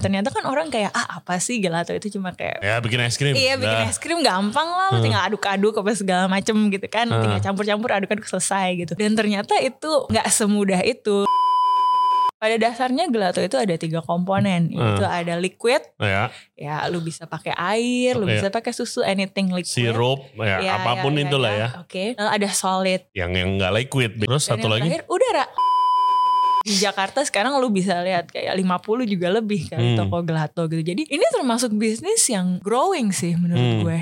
ternyata kan orang kayak ah apa sih gelato itu cuma kayak Ya bikin es krim. Iya bikin Dah. es krim gampang lah, lu tinggal aduk-aduk apa segala macem gitu kan, Hmm. tinggal campur-campur aduk-aduk selesai gitu. Dan ternyata itu nggak semudah itu. Pada dasarnya gelato itu ada tiga komponen, Hmm. itu ada liquid, Ya, ya lu bisa pakai air, lu Iya. bisa pakai susu, anything liquid. sirup, ya, Ya, apapun itulah ya. Oke, Lalu ada solid. Yang yang nggak liquid. Terus Dan satu yang lagi. terakhir udara. Di Jakarta sekarang lu bisa lihat kayak 50 juga lebih kan Hmm. toko gelato gitu. Jadi ini termasuk bisnis yang growing sih Hmm. menurut gue.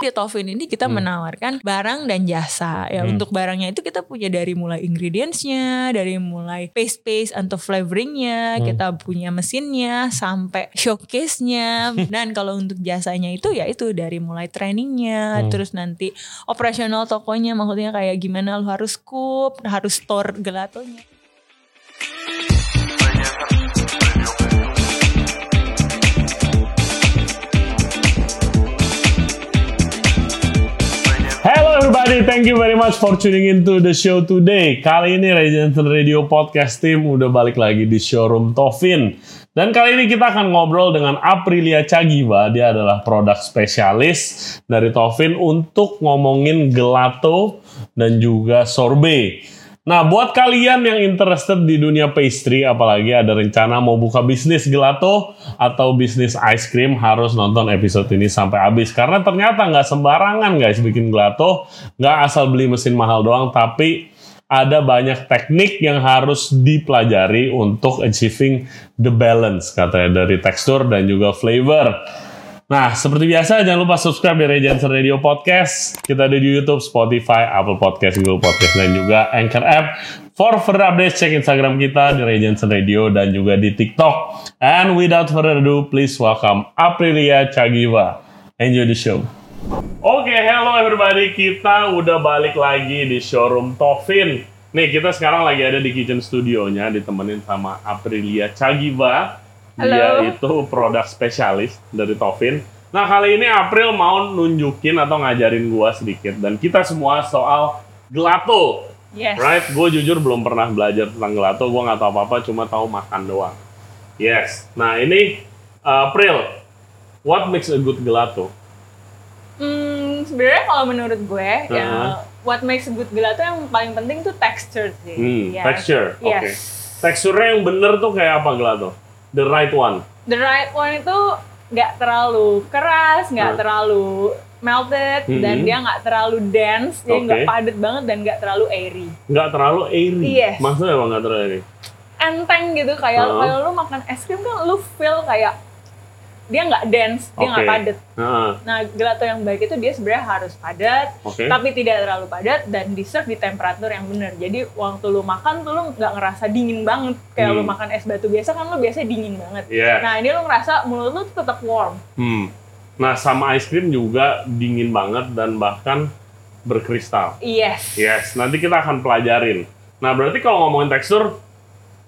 Di Tofin ini kita Hmm. menawarkan barang dan jasa. Ya Hmm. untuk barangnya itu kita punya dari mulai ingredientsnya, dari mulai paste paste atau flavoringnya, Hmm. kita punya mesinnya sampai showcase-nya. dan kalau untuk jasanya itu ya itu dari mulai trainingnya, Hmm. terus nanti operasional tokonya maksudnya kayak gimana lu harus scoop, harus store gelatonya. Hello everybody, thank you very much for tuning in to the show today. Kali ini Regenton Radio Podcast Team udah balik lagi di showroom Tovin. Dan kali ini kita akan ngobrol dengan Aprilia Cagiwa. Dia adalah produk spesialis dari Tovin untuk ngomongin gelato dan juga sorbet. Nah, buat kalian yang interested di dunia pastry, apalagi ada rencana mau buka bisnis gelato atau bisnis ice cream, harus nonton episode ini sampai habis. Karena ternyata nggak sembarangan guys bikin gelato, nggak asal beli mesin mahal doang, tapi ada banyak teknik yang harus dipelajari untuk achieving the balance, katanya dari tekstur dan juga flavor. Nah, seperti biasa jangan lupa subscribe di Regency Radio Podcast. Kita ada di YouTube, Spotify, Apple Podcast, Google Podcast, dan juga Anchor App. For further updates, cek Instagram kita di Regency Radio dan juga di TikTok. And without further ado, please welcome Aprilia Cagiva. Enjoy the show. Oke, hello everybody. Kita udah balik lagi di showroom Tovin. Nih, kita sekarang lagi ada di kitchen studionya ditemenin sama Aprilia Cagiva. Dia Halo. itu produk spesialis dari Tovin. Nah, kali ini April mau nunjukin atau ngajarin gua sedikit dan kita semua soal gelato. Yes. Right, gue jujur belum pernah belajar tentang gelato, gue nggak tahu apa-apa, cuma tahu makan doang. Yes. Nah ini uh, April, what makes a good gelato? Hmm, sebenarnya kalau menurut gue ya Uh-huh. what makes a good gelato yang paling penting tuh texture sih. Hmm, Ya. Texture, oke. Yes. Teksturnya yang bener tuh kayak apa gelato? The right one. The right one itu nggak terlalu keras, nggak Hmm. terlalu melted dan Mhm. dia nggak terlalu dense, jadi Oke. nggak padat banget dan nggak terlalu airy. Nggak terlalu airy. Yes. Maksudnya emang nggak terlalu airy. Enteng gitu kayak Uh-huh. kalau lu makan es krim kan lu feel kayak dia nggak dense, dia nggak Oke. padat. Heeh, Nah, gelato yang baik itu dia sebenarnya harus padat, Oke. tapi tidak terlalu padat dan di serve di temperatur yang benar. Jadi waktu lu makan tuh lu nggak ngerasa dingin banget. Kayak lu Hmm. makan es batu biasa kan lu biasanya dingin banget. Iya. Nah ini lu ngerasa mulut lu tetap warm. Hmm. Nah sama ice cream juga dingin banget dan bahkan berkristal. Yes. Yes, nanti kita akan pelajarin. Nah, berarti kalau ngomongin tekstur,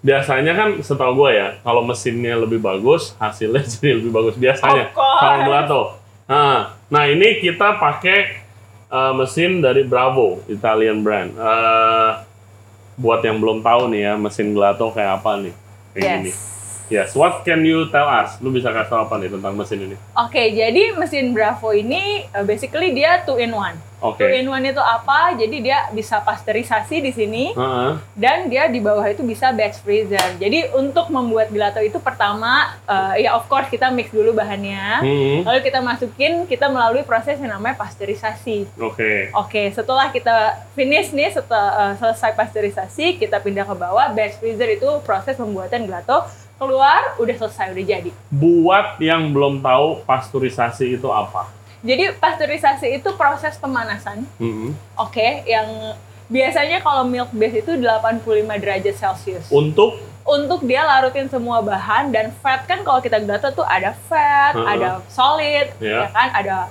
biasanya kan setahu gue ya, kalau mesinnya lebih bagus, hasilnya jadi lebih bagus Of biasanya. course. Kalau gelato. Nah, nah ini kita pakai eh, mesin dari Bravo, Italian brand. Eh, buat yang belum tahu nih ya, mesin gelato kayak apa nih? Kayak Yes. gini. Yes, what can you tell us? Lu bisa kasih tau apa nih tentang mesin ini? Oke, jadi mesin Bravo ini uh, basically dia two in one. Two Oke. in one itu apa? Jadi dia bisa pasteurisasi di sini Heeh. dan dia di bawah itu bisa batch freezer. Jadi untuk membuat gelato itu pertama uh, ya of course kita mix dulu bahannya. Hmm, Lalu kita masukin, kita melalui proses yang namanya pasteurisasi. Oke. Oke, setelah kita finish nih, setelah eh, selesai pasteurisasi, kita pindah ke bawah. Batch freezer itu proses pembuatan gelato keluar, udah selesai, udah jadi. Buat yang belum tahu pasteurisasi itu apa? Jadi pasteurisasi itu proses pemanasan, Hmm. oke, yang biasanya kalau milk base itu 85 derajat Celcius. Untuk Untuk dia larutin semua bahan dan fat kan kalau kita gelato tuh ada fat, Uh-uh. ada solid, Ya. ya kan, ada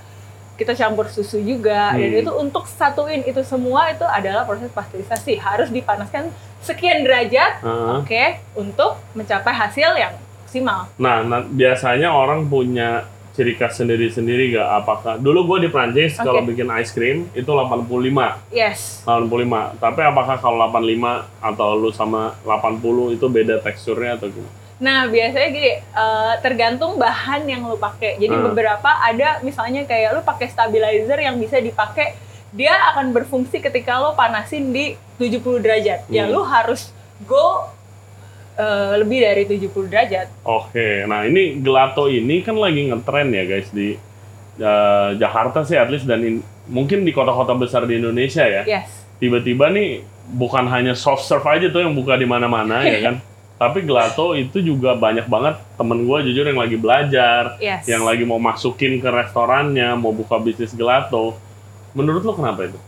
kita campur susu juga. Dan Hmm. itu untuk satuin itu semua itu adalah proses pasteurisasi. Harus dipanaskan sekian derajat, Heeh. oke, untuk mencapai hasil yang maksimal. Nah, na- biasanya orang punya ciri khas sendiri-sendiri gak? Apakah dulu gue di Prancis Oke. kalau bikin ice cream itu 85, Yes. 85. Tapi apakah kalau 85 atau lu sama 80 itu beda teksturnya atau gimana? Nah biasanya gini, eh, tergantung bahan yang lu pakai. Jadi Hmm. beberapa ada misalnya kayak lu pakai stabilizer yang bisa dipakai, dia akan berfungsi ketika lo panasin di 70 derajat. Ya Hmm. lu harus go eh, lebih dari 70 derajat. Oke, nah ini gelato ini kan lagi ngetren ya guys di eh, Jakarta sih at least dan in- mungkin di kota-kota besar di Indonesia ya. Yes. Tiba-tiba nih bukan hanya soft serve aja tuh yang buka di mana-mana ya kan. Tapi gelato itu juga banyak banget temen gue jujur yang lagi belajar, Yes. yang lagi mau masukin ke restorannya, mau buka bisnis gelato. Menurut lo kenapa itu?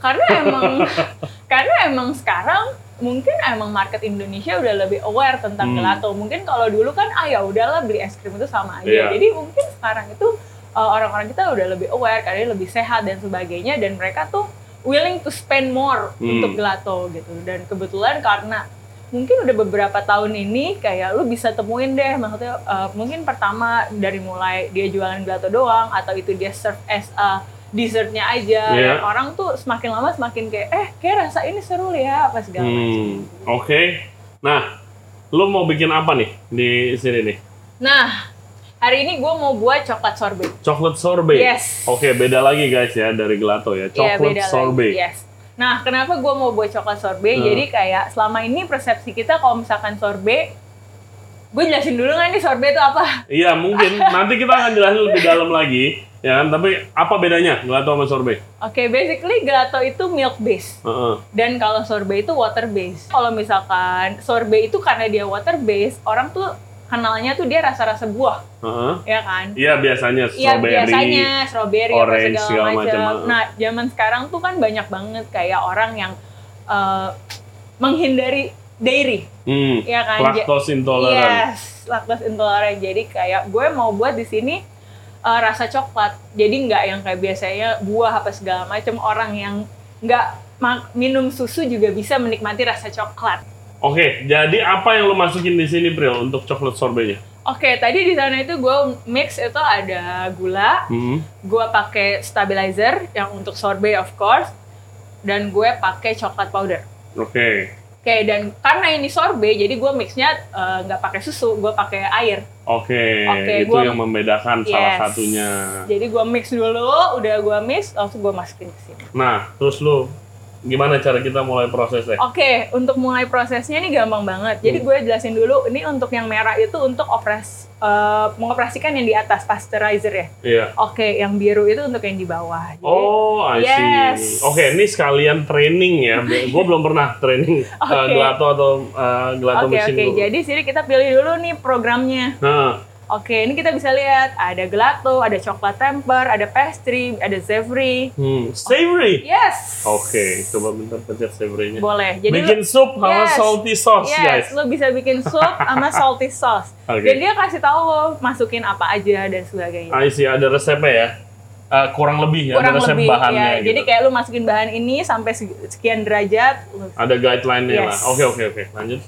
karena emang karena emang sekarang mungkin emang market Indonesia udah lebih aware tentang Hmm. gelato. Mungkin kalau dulu kan ah ya udahlah beli es krim itu sama aja. Iya. Jadi mungkin sekarang itu uh, orang-orang kita udah lebih aware karena lebih sehat dan sebagainya dan mereka tuh willing to spend more Hmm. untuk gelato gitu. Dan kebetulan karena mungkin udah beberapa tahun ini kayak lu bisa temuin deh maksudnya uh, mungkin pertama dari mulai dia jualan gelato doang atau itu dia serve as a dessertnya aja Dan Iya. orang tuh semakin lama semakin kayak eh kayak rasa ini seru ya apa segala macam Hmm, oke. Nah, lo mau bikin apa nih di sini nih? nah hari ini gue mau buat coklat sorbet Chocolate sorbet. Yes. Oke, beda lagi guys ya dari gelato Iya, ya. Chocolate beda lagi. sorbet. Yes. Nah, kenapa gue mau buat coklat sorbet? Hmm. Jadi kayak selama ini persepsi kita kalau misalkan sorbet, gue jelasin dulu kan nih sorbet itu apa? Iya, mungkin nanti kita akan jelasin lebih dalam lagi ya kan. Tapi apa bedanya gelato sama sorbet? Oke, basically gelato itu milk base Heeh. dan kalau sorbet itu water base. Kalau misalkan sorbet itu karena dia water base, orang tuh kenalnya tuh dia rasa-rasa buah, heeh. ya kan? Iya, biasanya Iya strawberry. biasanya strawberry apa orange, segala, segala macam. macam. Nah zaman sekarang tuh kan banyak banget kayak orang yang eh, menghindari dairy, Hmm. ya kan? Ja- iya. Lactose intoleran. Yes, lactose intoleran. Jadi kayak gue mau buat di sini eh, rasa coklat. Jadi nggak yang kayak biasanya buah apa segala macam orang yang nggak ma- minum susu juga bisa menikmati rasa coklat. Oke, jadi apa yang lo masukin di sini, Pril, untuk coklat sorbetnya? Oke, tadi di sana itu gue mix itu ada gula, Hmm. gue pakai stabilizer yang untuk sorbet of course, dan gue pakai coklat powder. Oke. Oke, dan karena ini sorbet, jadi gue mixnya eh, nggak pakai susu, gue pakai air. Oke, Oke, itu gua- yang membedakan salah Yes. satunya. Jadi gua mix dulu, udah gua mix, langsung gua masukin ke sini. Nah, terus lo gimana cara kita mulai prosesnya? Oke, untuk mulai prosesnya ini gampang banget. Hmm. Jadi gue jelasin dulu, ini untuk yang merah itu untuk opres, eh, mengoperasikan yang di atas pasteurizer ya. Iya. Oke, yang biru itu untuk yang di bawah. Jadi, Oh, I see. Yes. Oke, ini sekalian training ya. Gue belum pernah training uh, Oke. gelato atau uh, gelato Oke, mesin oke. dulu. Jadi sini kita pilih dulu nih programnya. Nah, Oke, ini kita bisa lihat ada gelato, ada coklat temper, ada pastry, ada savory. hmm, savory. Yes. Oke, coba bentar pencet savory-nya. Boleh. Jadi lu- Bikin sup sama Yes. salty sauce, Yes, guys. lo bisa bikin sup sama salty sauce. Oke. Dan dia kasih tahu lo masukin apa aja dan sebagainya. I see, ada resepnya ya. Uh, kurang lebih ya, Kurang ada resep lebih bahannya ya. gitu. Jadi kayak lo masukin bahan ini sampai seg- sekian derajat. lu- Oke. Ada guideline-nya Yes. lah. Oke, oke, oke. Lanjut.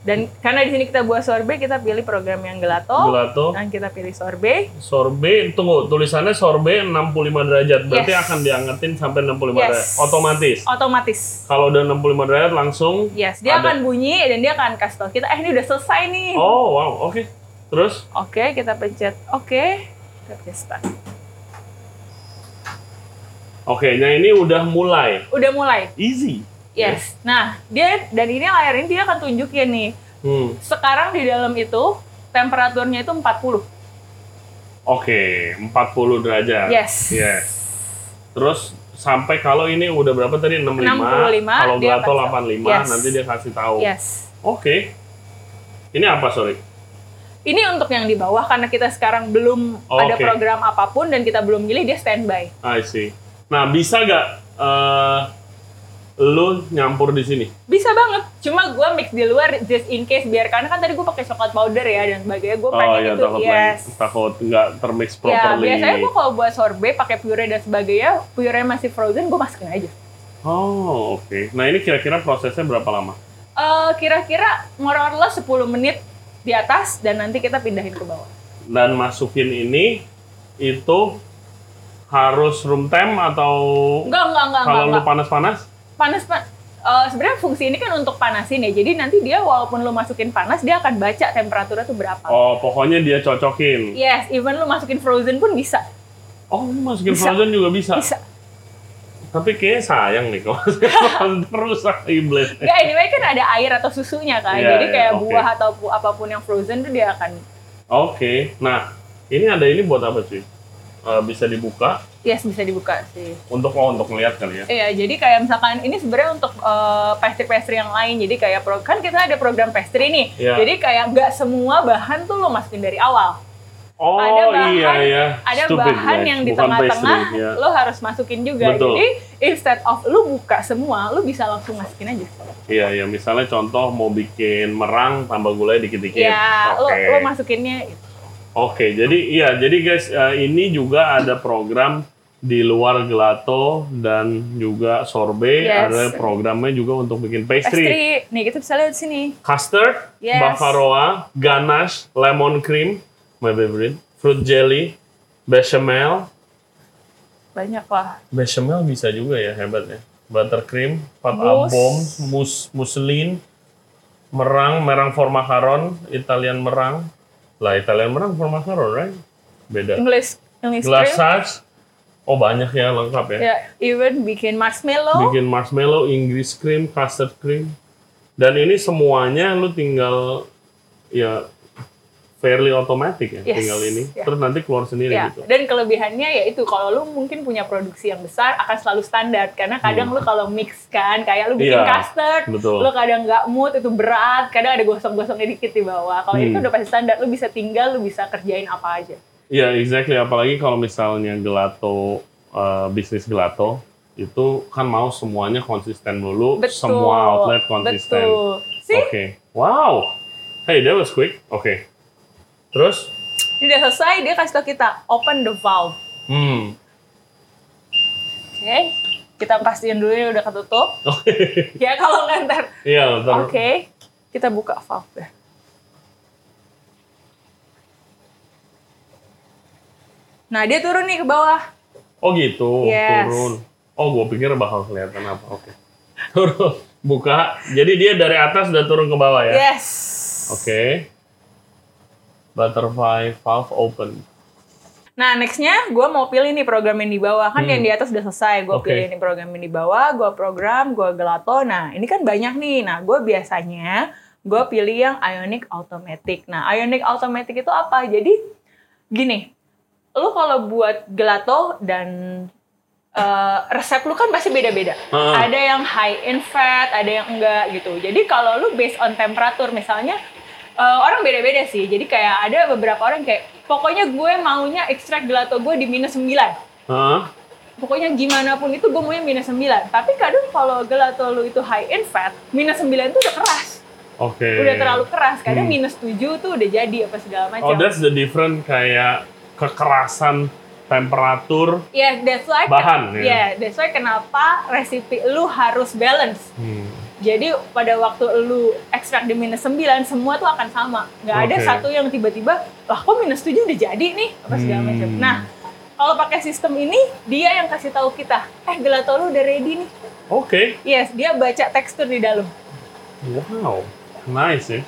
Dan karena di sini kita buat sorbet, kita pilih program yang gelato. Gelato. Dan kita pilih sorbet. Sorbet, tunggu, tulisannya sorbet 65 derajat. Berarti Yes. akan diangetin sampai 65 Yes. derajat. Otomatis. Otomatis. Kalau udah 65 derajat langsung Yes, dia akan Ada. bunyi dan dia akan kasih tau kita, eh ini udah selesai nih. Oh, wow. Oke. Terus Oke, kita pencet. Oke. Kita pencet start. oke, nah ini udah mulai. Udah mulai. Easy. Yes. Nah, dia dan ini layar ini dia akan tunjukin nih. Hmm. Sekarang di dalam itu temperaturnya itu 40. Oke, 40 derajat. Yes. Ah, Yes. Terus sampai kalau ini udah berapa tadi 65, 65, kalau dia gelato kasih- 85 Yes. Iya. nanti dia kasih tahu. Yes. Oke. Ini apa, sorry? Ini untuk yang di bawah karena kita sekarang belum Oh, Oke. ada program apapun dan kita belum milih dia standby. I see. Nah, bisa nggak eh lu nyampur di sini? Bisa banget. Cuma gue mix di luar just in case biar karena kan tadi gue pakai coklat powder ya dan sebagainya. Gue pengen iya, itu takut yes. lagi- takut nggak termix Ya, properly. biasanya gue kalau buat sorbet pakai puree dan sebagainya, puree masih frozen, gue masukin aja. Oh, oke. Nah, ini kira-kira prosesnya berapa lama? Eh, Kira-kira more or less 10 menit di atas dan nanti kita pindahin ke bawah. Dan masukin ini itu harus room temp atau Enggak, enggak, enggak, enggak. kalau lu enggak. panas-panas? panas pak eh, sebenarnya fungsi ini kan untuk panasin ya. Jadi nanti dia walaupun lu masukin panas, dia akan baca temperaturnya tuh berapa. Oh, pokoknya dia cocokin. Yes, even lu masukin frozen pun bisa. Oh, masukin Bisa. frozen juga bisa. Bisa. Tapi kayaknya sayang nih kalau masukin frozen terus ah, iblis. Nggak, anyway kan ada air atau susunya kan. Iya, Jadi iya, kayak oke. buah atau pu- apapun yang frozen tuh dia akan Oke, nah ini ada ini buat apa sih? Eh, bisa dibuka yes bisa dibuka sih. untuk oh, untuk melihat kali ya. Iya, jadi kayak misalkan ini sebenarnya untuk eh, pastry-pastry yang lain. Jadi kayak pro- kan kita ada program pastry nih. Iya. Jadi kayak nggak semua bahan tuh lo masukin dari awal. Oh ada bahan, iya iya. ada Stupid, bahan guys. yang di Bukan tengah-tengah pastry, ya. lo harus masukin juga. Betul. Jadi instead of lo buka semua, lo bisa langsung masukin aja. Iya iya. Misalnya contoh mau bikin merang tambah gulai dikit-dikit. Ya, lo Oke. lo masukinnya gitu. Oke, jadi iya, jadi guys eh, ini juga ada program di luar gelato dan juga sorbet, Yes. ada programnya juga untuk bikin pastry. pastry. Nih, kita bisa lihat di sini. Custard, Yes. bavaroa, ganache, lemon cream, my favorite, fruit jelly, bechamel. Banyak lah. Bechamel bisa juga ya, hebat ya. Buttercream, pat Mousse. abom, mus, muslin, merang, merang formacaron, Italian merang. Lah, Italian merang formacaron, right? Beda. English English cream. Glassage. Oh banyak ya lengkap ya. Ya, even bikin marshmallow. Bikin marshmallow, Inggris cream, custard cream. Dan ini semuanya lu tinggal ya fairly automatic ya Yes, tinggal ini. ya. Terus nanti keluar sendiri Ya, gitu. dan kelebihannya yaitu kalau lu mungkin punya produksi yang besar akan selalu standar karena kadang lu kalau mix kan kayak lu bikin Hmm. Iya, custard, betul. lu kadang nggak mood itu berat, kadang ada gosong-gosongnya dikit di bawah. Kalau itu Hmm. udah pasti standar, lu bisa tinggal, lu bisa kerjain apa aja. Iya, exactly. Apalagi kalau misalnya gelato eh, bisnis gelato itu kan mau semuanya konsisten dulu, Betul. semua outlet konsisten. Betul. Oke. Sih, Wow. Hey, that was quick. Oke. Terus ini udah selesai dia kasih tau kita open the valve. hmm. Oke. Kita pastiin dulu ini udah ketutup. Oke. ya kalau nggak ntar. Iya, ntar- Oke. Kita buka valve. ya. Nah, dia turun nih ke bawah. Oh gitu, Yes. turun. Oh, gue pikir bakal kelihatan apa. Oke. Turun, buka. Jadi dia dari atas udah turun ke bawah ya. Yes. Oke. Butterfly valve open. Nah, nextnya gue mau pilih nih program yang di bawah. Kan yang di atas udah selesai. Gue Hmm. Oke. pilih nih program yang di bawah, gue program, gue gelato. Nah, ini kan banyak nih. Nah, gue biasanya gue pilih yang Ionic Automatic. Nah, Ionic Automatic itu apa? Jadi gini, lu kalau buat gelato dan eh, resep lu kan pasti beda-beda. Ah. Ada yang high in fat, ada yang enggak gitu. Jadi kalau lu based on temperatur misalnya eh, orang beda-beda sih. Jadi kayak ada beberapa orang kayak pokoknya gue maunya ekstrak gelato gue di minus 9 Hah? pokoknya gimana pun itu gue maunya minus 9 tapi kadang kalau gelato lu itu high in fat minus 9 itu udah keras Oke. udah terlalu keras kadang Hmm. minus 7 tuh udah jadi apa segala macam Oh, that's the different kayak kekerasan temperatur. ya that's why ya Bahan, ya. that's why kenapa resipi lu harus balance Hmm. jadi pada waktu lu ekstrak di minus 9 semua tuh akan sama nggak ada Oke. satu yang tiba-tiba lah kok minus 7 udah jadi nih apa segala macam Hmm. nah kalau pakai sistem ini dia yang kasih tahu kita eh gelato lu udah ready nih Oke. yes dia baca tekstur di dalam Wow. Nice ya.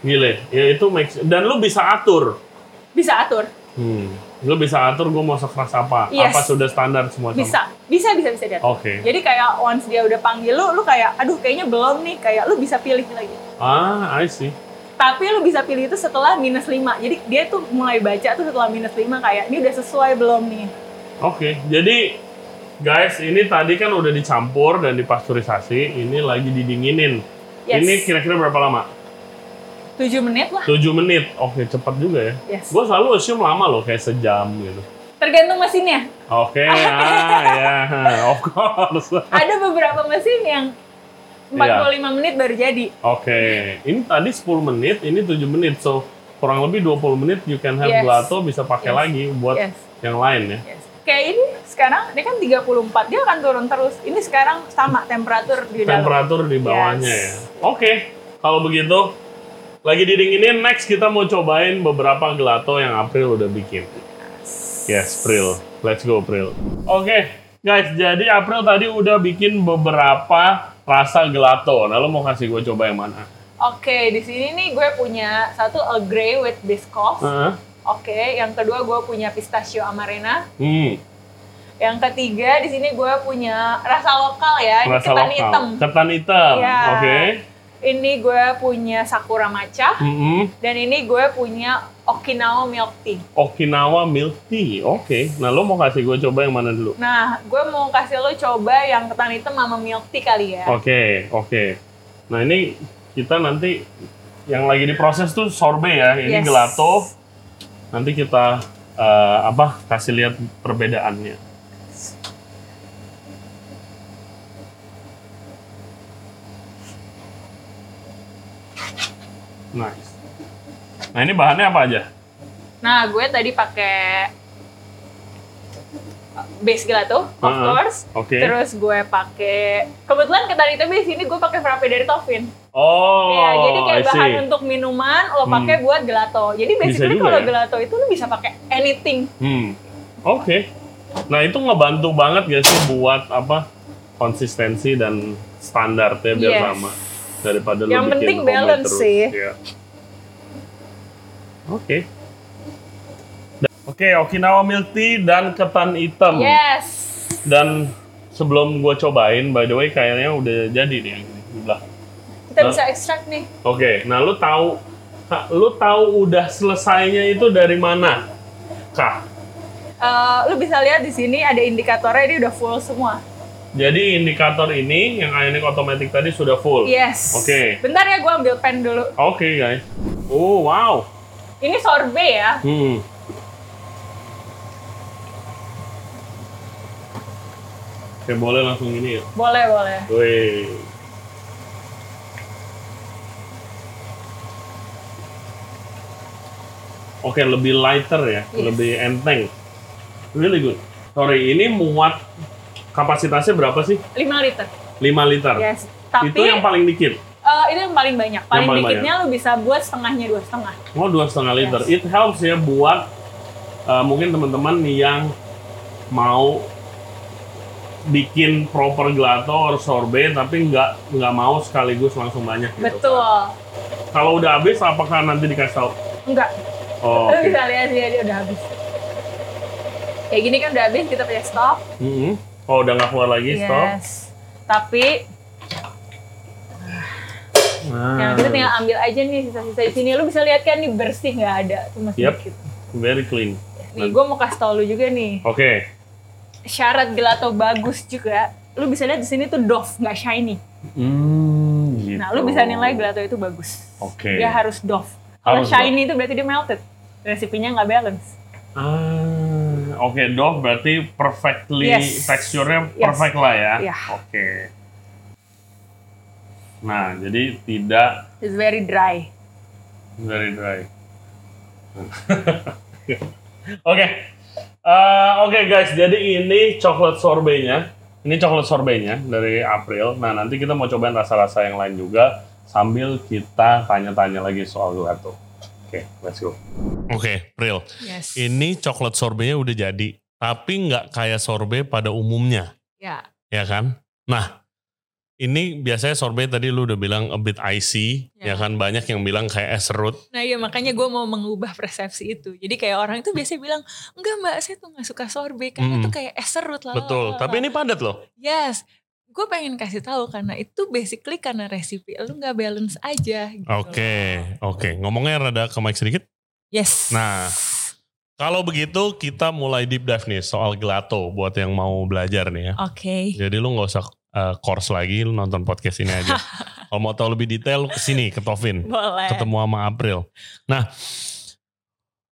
Gile. Ya itu makes dan lu bisa atur. bisa atur Hmm. Lu bisa atur gue mau sekeras apa? Yes. Apa sudah standar semua? sama? bisa Iya. bisa bisa bisa diatur Oke. jadi kayak once dia udah panggil lu lu kayak aduh kayaknya belum nih kayak lu bisa pilih lagi Ah, I see. tapi lu bisa pilih itu setelah minus 5 jadi dia tuh mulai baca tuh setelah minus 5 kayak ini udah sesuai belum nih Oke, jadi guys, ini tadi kan udah dicampur dan dipasturisasi, ini lagi didinginin. yes Ini kira-kira berapa lama? 7 menit lah 7 menit. Oke, cepat juga ya. yes Gue selalu assume lama loh, kayak sejam gitu. tergantung mesinnya Oke, ah, ya, of course. Oke, ada beberapa mesin yang 45 menit baru jadi ini tadi 10 menit, ini 7 menit. So, kurang lebih 20 menit you can have Yes. gelato bisa pakai Yes. lagi buat yes yang lain ya. yes kayak ini sekarang dia kan 34 dia akan turun terus ini sekarang sama temperatur di dalam temperatur Kan di bawahnya Yes. ya. Oke, kalau begitu lagi didinginin next kita mau cobain beberapa gelato yang April udah bikin. Yes, April. Let's go April. Oke, guys, jadi April tadi udah bikin beberapa rasa gelato. Nah, lo mau kasih gue coba yang mana? Oke, di sini nih gue punya satu Earl Grey with Biscoff. Heeh. Oke, yang kedua gue punya pistachio amarena. Hmm, Yang ketiga di sini gue punya rasa lokal ya, ini rasa ketan lokal. hitam. Ketan hitam. Ya. Oke. Hmm, Ini gue punya sakura matcha Mm-mm. dan ini gue punya Okinawa milk tea. Okinawa milk tea. Oke. Nah, lo mau kasih gue coba yang mana dulu? Nah, gue mau kasih lo coba yang ketan hitam sama milk tea kali ya. Oke, oke. Nah, ini kita nanti yang lagi diproses tuh sorbet ya. Ini Yes. gelato. Nanti kita eh, apa? Kasih lihat perbedaannya. Nice. Nah, ini bahannya apa aja? Nah, gue tadi pakai base gelato, of Uh-uh. course. Oke. Terus gue pakai kebetulan ketan hitamnya di sini gue pakai frappe dari Toffin. Oh, ya, jadi kayak I see. Hmm. bahan untuk minuman lo pakai buat gelato. Jadi basically juga kalau ya? gelato itu lo bisa pakai anything. Hmm. Oke. Nah, itu ngebantu banget gak sih buat apa? konsistensi dan standarnya biar Yes. sama daripada lu Yang bikin penting homemade balance terus. sih. Iya. Oke. Da- Oke, Okinawa milk tea dan ketan hitam. Yes. Dan sebelum gua cobain, by the way kayaknya udah jadi nih yang ini di belakang. Kita Nah. bisa ekstrak nih. Oke, nah lu tahu Kak, lu tahu udah selesainya itu dari mana? Kak, Eh, lo bisa lihat di sini ada indikatornya ini udah full semua. Jadi indikator ini yang ionic automatic tadi sudah full. Yes. Oke. Bentar ya gue ambil pen dulu. Oke guys. Oh wow. Ini sorbet ya. Hmm. Oke boleh langsung ini ya. Boleh boleh. Wih. Oke lebih lighter ya, Yes. lebih enteng. Really good. Sorry ini muat kapasitasnya berapa sih? 5 liter. 5 liter. Yes. Tapi Itu yang paling dikit. eh, itu yang paling banyak. Paling, paling dikitnya lo bisa buat setengahnya dua setengah. Oh dua setengah liter. It helps ya buat uh, mungkin teman-teman yang mau bikin proper gelato or sorbet tapi nggak nggak mau sekaligus langsung banyak gitu. Betul. Kalau udah habis apakah nanti dikasih tahu? Enggak. Oh, Lo oke. bisa lihat dia, dia udah habis. Kayak gini kan udah habis kita punya stop. Mm-mm. Oh udah nggak keluar lagi stop. Tapi Nah, Hmm. yang kita tinggal ambil aja nih sisa-sisa di sini. Lu bisa lihat kan nih bersih nggak ada tuh masih Yep. dikit. Nah, very clean. Nih gue mau kasih tau lu juga nih Oke. syarat gelato bagus juga. Lu bisa lihat di sini tuh doff nggak shiny. Hmm, gitu. Nah lu bisa nilai gelato itu bagus. Oke. Dia harus doff. Kalau Harus shiny itu berarti dia melted. Resipinya nggak balance. Ah, oke dough berarti perfectly Yes. teksturnya Yes. perfect lah ya. Iya. Oke. Nah, jadi tidak It's very dry. very dry. oke. Eh, oke guys, jadi ini coklat sorbetnya. Ini coklat sorbetnya dari April. Nah, nanti kita mau cobain rasa-rasa yang lain juga sambil kita tanya-tanya lagi soal gelato. Oke, let's go. Oke, Pril. Yes. Ini coklat sorbetnya udah jadi, tapi nggak kayak sorbet pada umumnya, Ya. ya kan? Nah, ini biasanya sorbet tadi lu udah bilang a bit icy, Ya. ya kan? Banyak yang bilang kayak es serut. Nah iya makanya gue mau mengubah persepsi itu. Jadi kayak orang itu biasanya bilang, enggak mbak saya tuh gak suka sorbet karena itu Mm-mm. kayak es serut lah. Hmm. Oh. Betul, tapi ini padat loh. Yes, gue pengen kasih tahu karena itu basically karena resipi lu nggak balance aja. gitu. Oke, oke. Ngomongnya rada ke mic sedikit. Yes. Nah. Kalau begitu kita mulai deep dive nih soal gelato buat yang mau belajar nih ya. Oke. Jadi lu nggak usah eh, course lagi, lu nonton podcast ini aja. Kalau mau tahu lebih detail kesini ke Tovin. Boleh. ketemu sama April. Nah,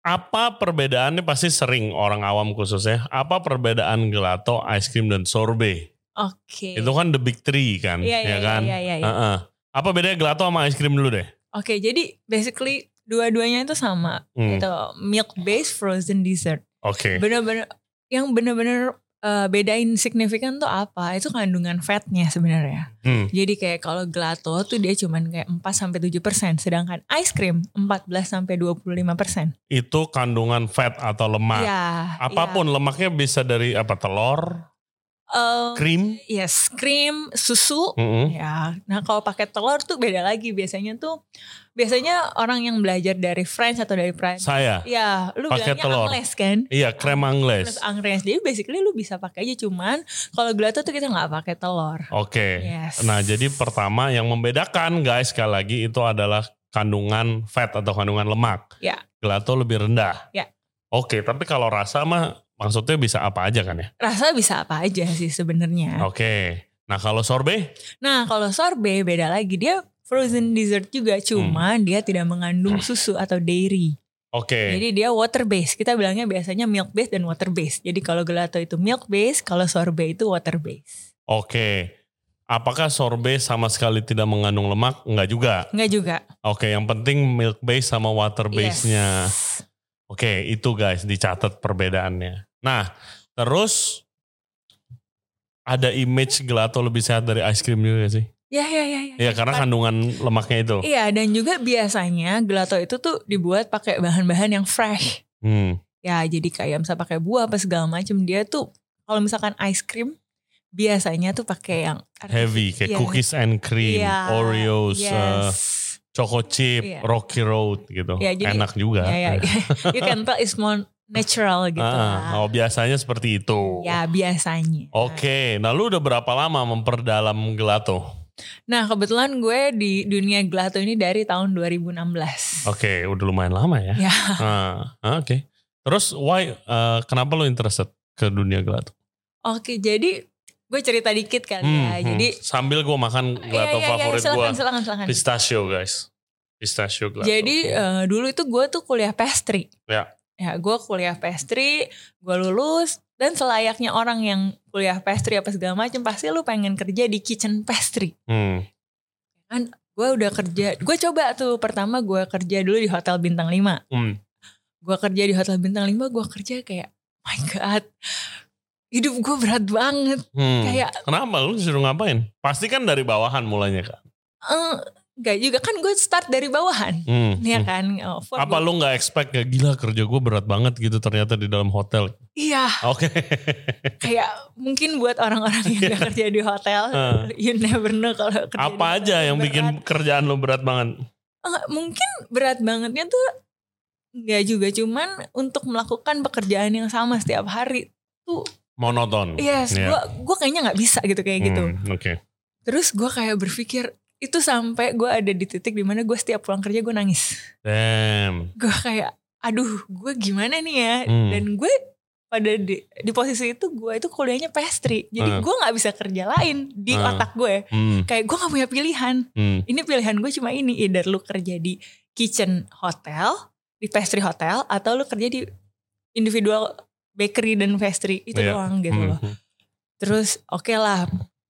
apa perbedaannya pasti sering orang awam khususnya. Apa perbedaan gelato, ice cream dan sorbet? Oke. Itu kan the big three kan, Iya, ya iya, kan? iya, iya, iya. Heeh. Apa bedanya gelato sama ice cream dulu deh? Oke, jadi basically dua-duanya itu sama. Hmm, Itu milk based frozen dessert. Oke. Bener-bener yang bener-bener eh, bedain signifikan tuh apa? Itu kandungan fatnya sebenarnya. Hmm, Jadi kayak kalau gelato tuh dia cuman kayak 4 sampai 7%, sedangkan ice cream 14 sampai 25%. Itu kandungan fat atau lemak. Iya. Oh, Apapun lemaknya bisa dari apa telur, Eh, Em, Krim. iya. yes, krim, susu. Hmm. Mm-mm. Ya, nah kalau pakai telur tuh beda lagi. Biasanya tuh biasanya orang yang belajar dari French atau dari Prancis. Saya. Ya, lu Pakai bilangnya telur. angles kan? Iya, krem Terus angles. angres. Jadi basically lu bisa pakai aja cuman kalau gelato tuh kita nggak pakai telur. Oke. Iya. Yes. Nah, jadi pertama yang membedakan guys sekali lagi itu adalah kandungan fat atau kandungan lemak. Ya. Gelato lebih rendah. Ya. Oke, tapi kalau rasa mah maksudnya bisa apa aja kan ya? Rasa bisa apa aja sih sebenarnya. Oke. Nah, kalau sorbet? Nah, kalau sorbet beda lagi dia frozen dessert juga Hmm. cuman dia tidak mengandung susu atau dairy. Oke. Jadi dia water based. Kita bilangnya biasanya milk based dan water based. Jadi kalau gelato itu milk based, kalau sorbet itu water based. Oke. Apakah sorbet sama sekali tidak mengandung lemak? Enggak juga. Enggak juga. Oke, yang penting milk base sama water base-nya. Yes. Oke, itu guys dicatat perbedaannya. Nah, terus ada image gelato lebih sehat dari ice cream juga sih? Ya ya ya ya. Iya, karena kandungan lemaknya itu. Iya, dan juga biasanya gelato itu tuh dibuat pakai bahan-bahan yang fresh. Hmm. ya jadi kayak misalnya pakai buah apa segala macam dia tuh kalau misalkan ice cream biasanya tuh pakai yang Heavy kayak Iya. cookies and cream, Iya, Oreos, yes. eh, Choco Chip, Iya. Rocky Road gitu. Iya, jadi- Enak juga. Eh. ya, ya, you can tell it's more natural gitu Ah, lah. oh, biasanya seperti itu. ya biasanya Oke, nah lu udah berapa lama memperdalam gelato? nah kebetulan gue di dunia gelato ini dari tahun 2016 Oke, udah lumayan lama ya. Ya. Ah, ah, Oke. Terus why eh, kenapa lu interested ke dunia gelato? oke jadi gue cerita dikit kali Hmm, ya hmm. jadi iya, sambil gua makan gelato favorit gua, silakan silakan silakan pistachio guys. Pistachio gelato. Jadi eh, dulu itu gue tuh kuliah pastry. Ya. Ya gue kuliah pastry, gue lulus dan selayaknya orang yang kuliah pastry apa segala macam pasti lu pengen kerja di kitchen pastry. Hmm, Gue udah kerja, gue coba tuh pertama gue kerja dulu di hotel bintang 5 hmm. Gue kerja di hotel bintang 5 gue kerja kayak my god hidup gue berat banget. hmm. Kayak- kenapa lu disuruh ngapain? Pasti kan dari bawahan mulanya kan. Eh, Gak juga kan gue start dari bawahan. Hmm, Iya hmm. kan? Oh, for Apa gue- lu nggak expect kayak gila kerja gue berat banget gitu ternyata di dalam hotel. Iya. Oke. kayak mungkin buat orang-orang yang udah kerja di hotel Heeh. you never know kalau kerja di Apa hotel aja yang berat. bikin kerjaan lu berat banget? Eh, mungkin berat bangetnya tuh nggak juga cuman untuk melakukan pekerjaan yang sama setiap hari Monoton. yes Iya. gua gue kayaknya nggak bisa gitu kayak gitu Hmm, Oke. terus gue kayak berpikir itu sampai gue ada di titik dimana gue setiap pulang kerja gue nangis Damn. gue kayak aduh gue gimana nih ya Hmm. dan gue pada di, di posisi itu gue itu kuliahnya pastry jadi Hmm. gue nggak bisa kerja lain di Hmm. otak gue Hmm, kayak gue gak punya pilihan hmm. ini pilihan gue cuma ini either lu kerja di kitchen hotel di pastry hotel atau lu kerja di individual bakery dan pastry itu Iya. doang gitu Hmm, loh terus oke lah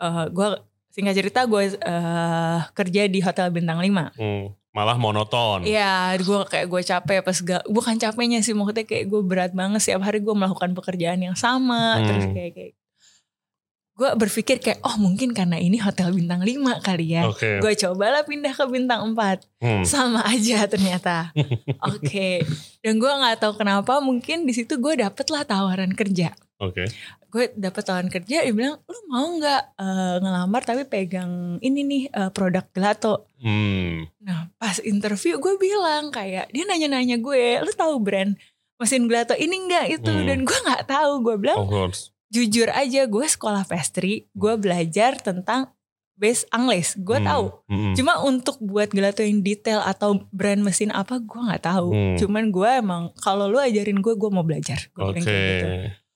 eh, gue singkat cerita gue eh, kerja di hotel bintang 5 hmm. Malah monoton. Iya, gue kayak gue capek apa segala. Bukan capeknya sih, maksudnya kayak gue berat banget setiap hari gue melakukan pekerjaan yang sama. Hmm. Terus kayak kayak gue berpikir kayak oh mungkin karena ini hotel bintang 5 kali ya. Oke. Gue cobalah pindah ke bintang 4 Hmm. sama aja ternyata. Oke, dan gue nggak tahu kenapa mungkin di situ gue dapet lah tawaran kerja. Oke. Gue dapet tawaran kerja, dia bilang lu mau nggak eh, ngelamar tapi pegang ini nih eh, produk gelato. Hmm. Nah pas interview gue bilang kayak dia nanya-nanya gue, lu tahu brand mesin gelato ini nggak itu Hmm. Oh. dan gue nggak tahu. Gue bilang Of course. jujur aja gue sekolah pastry, gue belajar tentang base Angles, gue Hmm, tahu. hmm, hmm. Cuma untuk buat gelato yang detail atau brand mesin apa gue nggak tahu. Hmm. Cuman gue emang kalau lu ajarin gue, gue mau belajar. Gue Oke. bilang kayak gitu.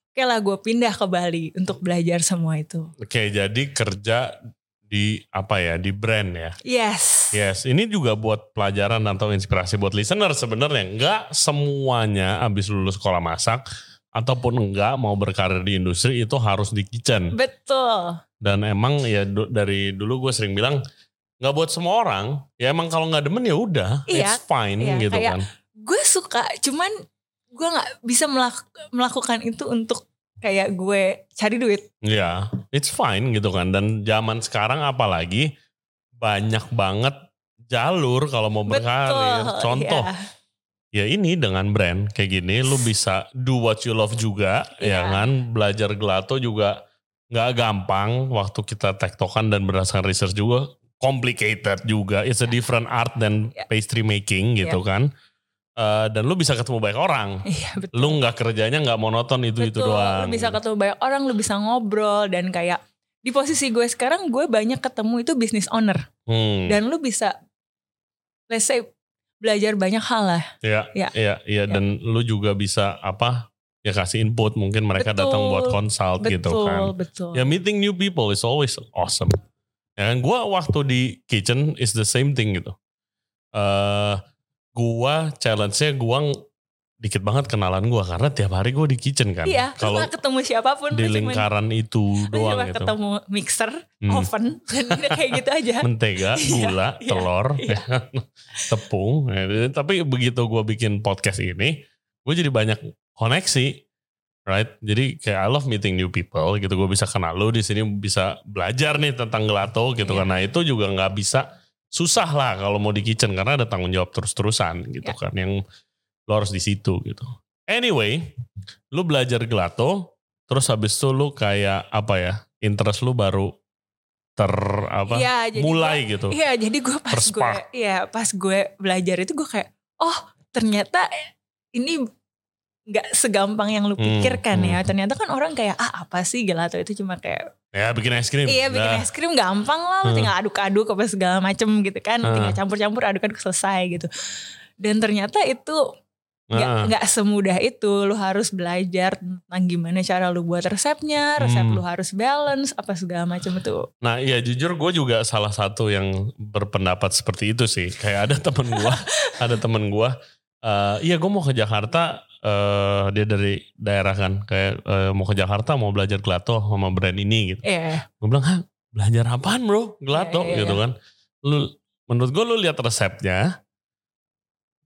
Oke lah gue pindah ke Bali untuk belajar semua itu. Oke, jadi kerja di apa ya? Di brand ya. Yes. Yes, ini juga buat pelajaran atau inspirasi buat listener sebenarnya. Enggak semuanya abis lulus sekolah masak ataupun enggak mau berkarir di industri itu harus di kitchen. Betul. Dan emang ya du- dari dulu gue sering bilang nggak buat semua orang. Ya emang kalau nggak demen ya udah, Iya, it's fine iya, gitu kayak kan. Gue suka, cuman gue nggak bisa melak- melakukan itu untuk kayak gue cari duit. Ya, it's fine gitu kan. Dan zaman sekarang apalagi banyak banget jalur kalau mau berkarir. Betul. Contoh, iya. ya ini dengan brand kayak gini, lu bisa do what you love juga, Iya. ya kan. Belajar gelato juga nggak gampang waktu kita tektokan dan berdasarkan research juga complicated juga it's a Iya. different art than Yeah. pastry making gitu kan Eh, dan lu bisa ketemu banyak orang Iya betul. lu nggak kerjanya nggak monoton itu itu Betul, doang Lu bisa ketemu banyak orang, lu bisa ngobrol dan kayak di posisi gue sekarang gue banyak ketemu itu business owner Hmm, dan lu bisa let's say belajar banyak hal lah. iya, ya. iya Ya. iya dan lu juga bisa apa ya kasih input mungkin mereka Betul. datang buat consult gitu betul, kan betul. ya meeting new people is always awesome ya kan gua waktu di kitchen is the same thing gitu eh gua challenge-nya gua ng- dikit banget kenalan gua karena tiap hari gua di kitchen kan Iya, lu kalau gak ketemu siapapun lu di cuman- lingkaran itu lu cuma doang gitu ketemu mixer, Hmm. oven, dan udah kayak gitu aja. mentega, Iya, gula, iya, telur, ya kan? iya. tepung. Eh, Tapi begitu gue bikin podcast ini, gue jadi banyak koneksi, right? Jadi kayak I love meeting new people gitu. Gue bisa kenal lo di sini, bisa belajar nih tentang gelato gitu. Iya. Karena itu juga nggak bisa susah lah kalau mau di kitchen karena ada tanggung jawab terus-terusan gitu Iya. kan yang lo harus di situ gitu. Anyway, lu belajar gelato, terus habis itu lu kayak apa ya? Interest lu baru ter apa? Iya, jadi mulai gitu. gua- Iya, jadi gue pas gue, Terspark. iya pas gue belajar itu gue kayak, oh ternyata ini nggak segampang yang lu Hmm, pikirkan ya. hmm. Ternyata kan orang kayak ah apa sih gelato itu cuma kayak Ya bikin es krim. iya bikin Nah, es krim gampang lah, lu Hmm. tinggal aduk-aduk apa segala macem gitu kan, Hmm. tinggal campur-campur aduk-aduk selesai gitu. Dan ternyata itu nggak nah, nggak semudah itu lu harus belajar tentang gimana cara lu buat resepnya resep Hmm. lu harus balance apa segala macam itu nah iya jujur gue juga salah satu yang berpendapat seperti itu sih. Kayak ada temen gue, ada temen gue. eh, iya gue mau ke Jakarta, eh, dia dari daerah kan. Kayak eh, mau ke Jakarta mau belajar gelato sama brand ini gitu. ya Gue bilang, Hah, belajar apaan bro? Iya, Gelato iya, iya, gitu iya. kan. Lu, menurut gue lu lihat resepnya,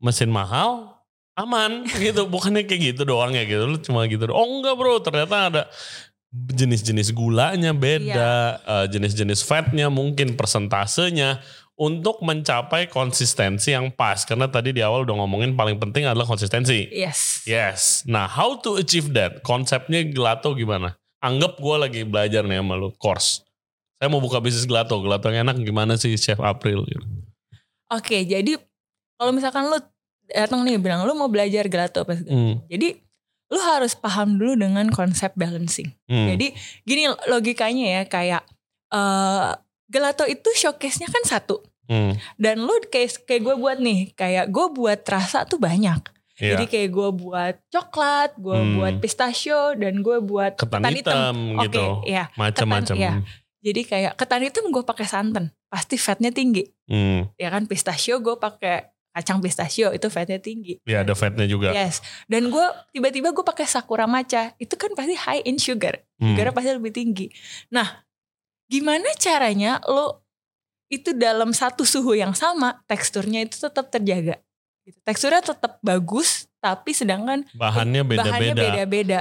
mesin mahal, aman gitu. Bukannya kayak gitu doang ya gitu. Lu cuma gitu. doang. Oh enggak bro, ternyata ada jenis-jenis gulanya beda, Iya. eh, jenis-jenis fatnya mungkin persentasenya untuk mencapai konsistensi yang pas. Karena tadi di awal udah ngomongin paling penting adalah konsistensi. yes Yes. Nah, how to achieve that? Konsepnya gelato gimana? Anggap gue lagi belajar nih sama lu, course. Saya mau buka bisnis gelato. Gelato yang enak gimana sih Chef April? Gitu. oke jadi kalau misalkan lu datang nih bilang lu mau belajar gelato apa segala Hmm. jadi lu harus paham dulu dengan konsep balancing Hmm. jadi gini logikanya ya kayak eh gelato itu showcase-nya kan satu Hmm. dan lu kayak kayak gue buat nih kayak gue buat rasa tuh banyak Iya. Jadi kayak gue buat coklat, gue Hmm. buat pistachio, dan gue buat ketan, ketan hitam, hitam. Oke, gitu. ya. Macam-macam. ketan, Jadi kayak ketan hitam gue pakai santan, pasti fatnya tinggi. Hmm. Ya kan pistachio gue pakai kacang pistachio itu fatnya tinggi. Ya ada fatnya juga. Yes. Dan gue tiba-tiba gue pakai sakura matcha, itu kan pasti high in sugar, Hmm. sugar pasti lebih tinggi. Nah, gimana caranya lo itu dalam satu suhu yang sama teksturnya itu tetap terjaga. Gitu. Teksturnya tetap bagus, tapi sedangkan Bahannya bahannya beda-beda. Iya, beda-beda.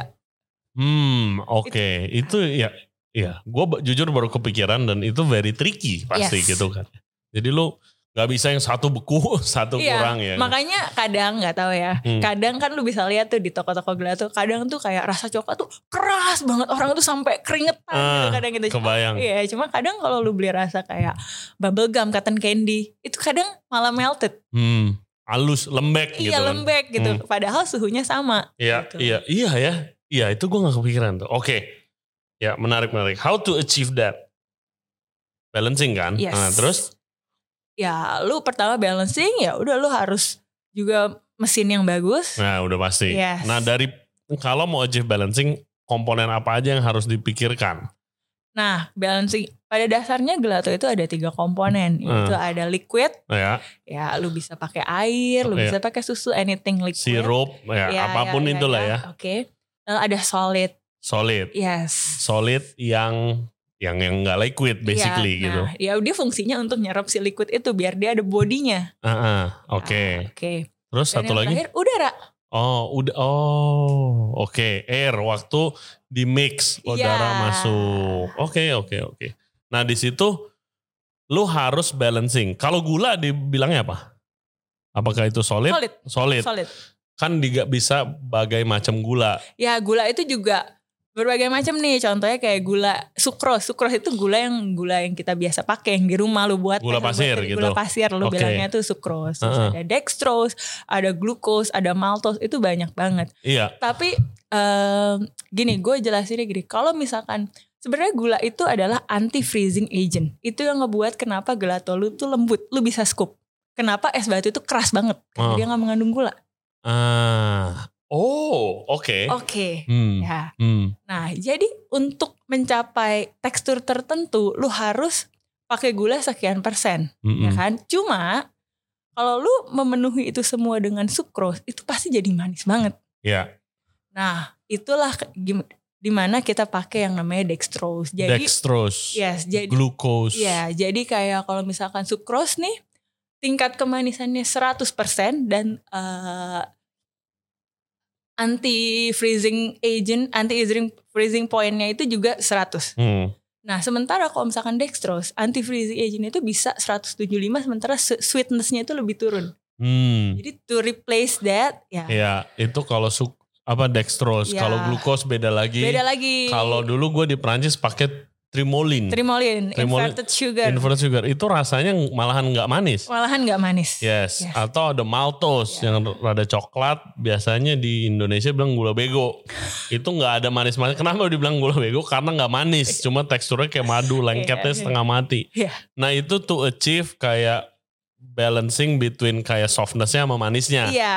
Hmm, oke. Itu ya, ya. Gue jujur baru kepikiran dan itu very tricky pasti Yes. gitu kan. Jadi lu nggak bisa yang satu beku, satu Iya, kurang ya. Makanya kadang nggak tahu ya. Hmm. Kadang kan lu bisa lihat tuh di toko-toko gelato, kadang tuh kayak rasa coklat tuh keras banget orang tuh sampai keringetan gitu Ah, kadang gitu. Cuma- Kebayang. Iya, cuma kadang kalau lu beli rasa kayak bubble gum, cotton candy, itu kadang malah melted. Hmm, halus, lembek gitu iya, kan. lembek gitu. Hmm. Padahal suhunya sama. Iya, gitu. iya, iya ya. Iya, itu gue gak kepikiran tuh. Oke. Ya, menarik, menarik. How to achieve that? Balancing kan? Yes. Nah, terus? Ya, lu pertama balancing ya udah lu harus juga mesin yang bagus. Nah, udah pasti. Yes. Nah, dari kalau mau achieve balancing, komponen apa aja yang harus dipikirkan? Nah, balancing pada dasarnya gelato itu ada tiga komponen. Hmm. Itu ada liquid, Ya, ya lu bisa pakai air, lu Iya. bisa pakai susu, anything liquid. sirup, ya, Ya, apapun ya, itulah ya. kan? Oke. Lalu ada solid. Solid. Yes. Solid yang yang yang nggak liquid Ya, basically gitu. Nah, ya dia fungsinya untuk nyerap si liquid itu biar dia ada bodinya. Ah, ah, Nah, Oke. Oke. Terus Dan satu yang lagi? terakhir udara. Oh, udah. Oh, oke. Air waktu di mix udara Iya. masuk. Oke, oke, oke. Nah, di situ lu harus balancing. Kalau gula dibilangnya apa? Apakah itu solid? Solid. Solid. Solid. Kan tidak bisa bagai macam gula. Ya gula itu juga berbagai macam nih contohnya kayak gula sukros sukros itu gula yang gula yang kita biasa pakai yang di rumah lu buat lu Gula buat pasir dari gitu. gula pasir lu Oke. bilangnya tuh sukros Terus Heeh. ada dextrose ada glukos ada maltose itu banyak banget Iya. tapi em, gini gue jelasinnya gini kalau misalkan sebenarnya gula itu adalah anti freezing agent itu yang ngebuat kenapa gelato lu tuh lembut lu bisa scoop kenapa es batu itu keras banget karena Hmm. dia nggak mengandung gula Ah. Oh, oke. oke Hmm. ya Hmm. Nah, jadi untuk mencapai tekstur tertentu, lu harus pakai gula sekian persen, ya Mm-mm. kan? Cuma kalau lu memenuhi itu semua dengan sukros, itu pasti jadi manis banget. Iya. Nah, itulah ke- gim- dimana kita pakai yang namanya dextrose. Jadi, Dextrose. yes, jadi, Glucose. ya, jadi kayak kalau misalkan sukros nih, tingkat kemanisannya 100% dan eh, anti freezing agent, anti freezing freezing pointnya itu juga 100. Hmm. Nah, sementara kalau misalkan dextrose, anti freezing agent itu bisa 175 sementara su- sweetnessnya itu lebih turun. Hmm. Jadi to replace that ya Iya, itu kalau suk apa dextrose, Iya. kalau glukos beda lagi. beda lagi. Iya. Kalau dulu gue di Prancis pakai trimolin, trimolin, Trimolin, inverted sugar, inverted sugar, itu rasanya malahan nggak manis. malahan nggak manis. Yes. Yes. atau ada maltose Iya. yang rada coklat, biasanya di Indonesia bilang gula bego. itu nggak ada manis-manis. Kenapa dibilang gula bego? Karena nggak manis, cuma teksturnya kayak madu, lengketnya Iya. setengah mati. Iya. Nah itu to achieve kayak balancing between kayak softnessnya sama manisnya. Iya.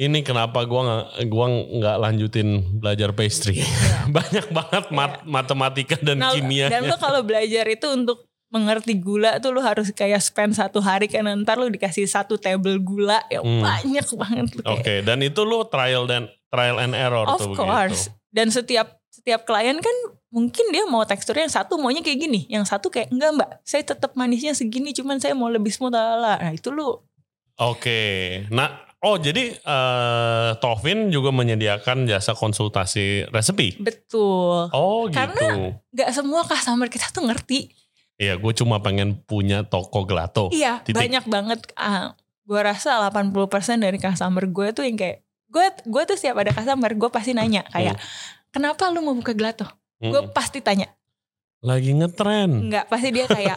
ini kenapa gua nggak gua nggak lanjutin belajar pastry banyak banget mat- matematika dan Nah, Iya. kimia dan lu kalau belajar itu untuk mengerti gula tuh lu harus kayak spend satu hari karena ntar lu dikasih satu table gula ya Hmm. banyak banget lu oke kayak. dan itu lu trial dan trial and error Of tuh course. begitu Dan setiap setiap klien kan mungkin dia mau teksturnya yang satu maunya kayak gini, yang satu kayak enggak mbak, saya tetap manisnya segini, cuman saya mau lebih smooth lah. Nah itu lu oke nah oh jadi eh Tovin juga menyediakan jasa konsultasi resepi betul. oh Karena- gitu Enggak semua customer kita tuh ngerti. Iya gue cuma pengen punya toko gelato iya, Oh, titik. banyak banget. ah, gue rasa 80% dari customer gue tuh yang kayak gue gue tuh setiap ada customer gue pasti nanya Hmm. kayak kenapa lu mau buka gelato? Gue Mm-mm. pasti tanya. lagi ngetren Enggak, pasti dia kayak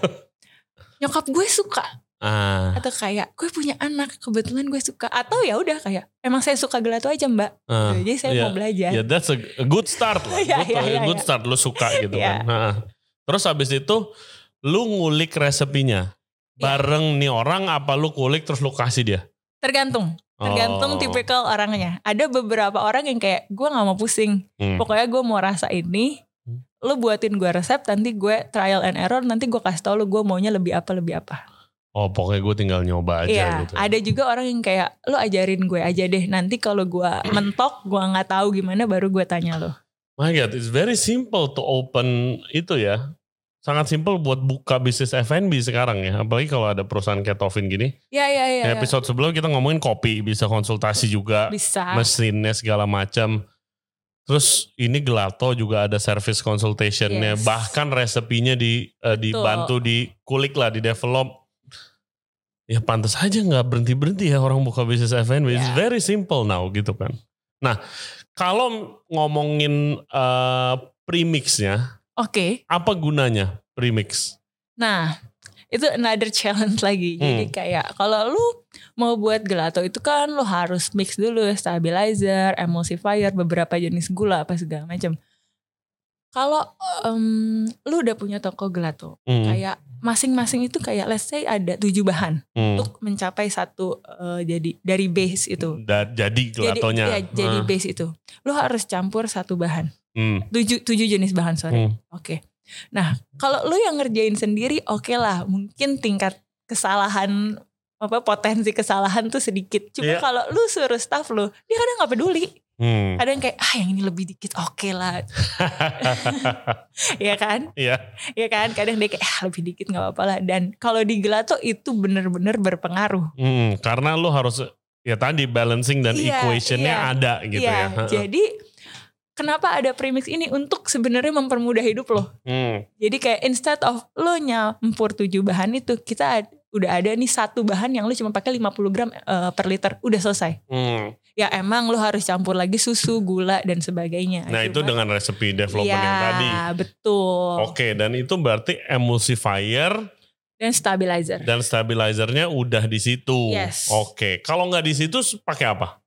nyokap gue suka ah atau kayak gue punya anak kebetulan gue suka atau ya udah kayak emang saya suka gelato aja mbak ah. jadi saya iya. mau belajar Ya that's a a good start lah. Iya, good, iya, iya, good iya. start lu suka gitu Iya. kan. Nah, terus habis itu lu ngulik resepinya. Iya. Bareng nih orang apa lu kulik terus lu kasih dia? tergantung tergantung Oh. tipikal orangnya ada beberapa orang yang kayak gue nggak mau pusing Hmm. pokoknya gue mau rasa ini Hmm. lu buatin gue resep nanti gue trial and error nanti gue kasih tau lu gue maunya lebih apa lebih apa Oh pokoknya gue tinggal nyoba aja iya gitu. ada juga orang yang kayak lu ajarin gue aja deh nanti kalau gue mentok gue nggak tahu gimana baru gue tanya lo My God, it's very simple to open itu ya. Sangat simple buat buka bisnis F&B sekarang ya. Apalagi kalau ada perusahaan kayak Tovin gini. ya ya ya, ya. Episode sebelum kita ngomongin kopi, bisa konsultasi juga. bisa mesinnya segala macam. Terus ini gelato juga ada service consultationnya, Yes. bahkan resepinya di eh, dibantu dikulik lah, di develop. Ya pantas aja nggak berhenti berhenti ya orang buka bisnis F&B. Ya. It's very simple now gitu kan. Nah kalau ngomongin eh, premixnya, oke apa gunanya premix? Nah, itu another challenge lagi. Jadi Hmm. kayak kalau lu mau buat gelato itu kan lu harus mix dulu stabilizer, emulsifier, beberapa jenis gula apa segala macam. Kalau em, lu udah punya toko gelato, Hmm, kayak masing-masing itu kayak let's say ada tujuh bahan hmm. untuk mencapai satu eh, jadi dari base itu. Da- jadi Hmm, gelatonya. Hmm. Jadi, ya, jadi base itu. Lu harus campur satu bahan. Ah, hmm, Tujuh, tujuh jenis bahan, sorry. hmm. Oke. Nah, kalau lu yang ngerjain sendiri oke lah, mungkin tingkat kesalahan apa potensi kesalahan tuh sedikit. Cuma Iya. kalau lu suruh staff lu, dia kadang nggak peduli. Hmm. Kadang kayak ah yang ini lebih dikit oke lah. ya kan? Iya. Ya kan? Kadang dia kayak ah lebih dikit nggak apa-apa lah. Dan kalau di gelato itu bener-bener berpengaruh. Hmm, karena lu harus ya tadi balancing dan Iya, equationnya iya. ada gitu Iya, ya. Heeh. Jadi kenapa ada premix ini untuk sebenarnya mempermudah hidup lo? Hmm, Jadi kayak instead of lo nyampur tujuh bahan itu, kita ad- udah ada nih satu bahan yang lu cuma pakai 50 gram eh, per liter udah selesai Hmm. ya emang lu harus campur lagi susu gula dan sebagainya Nah itu dengan resepi development ya, yang tadi. betul Oke, dan itu berarti emulsifier dan stabilizer dan stabilizernya udah di situ. Yes. Oke, kalau nggak di situ s- pakai apa?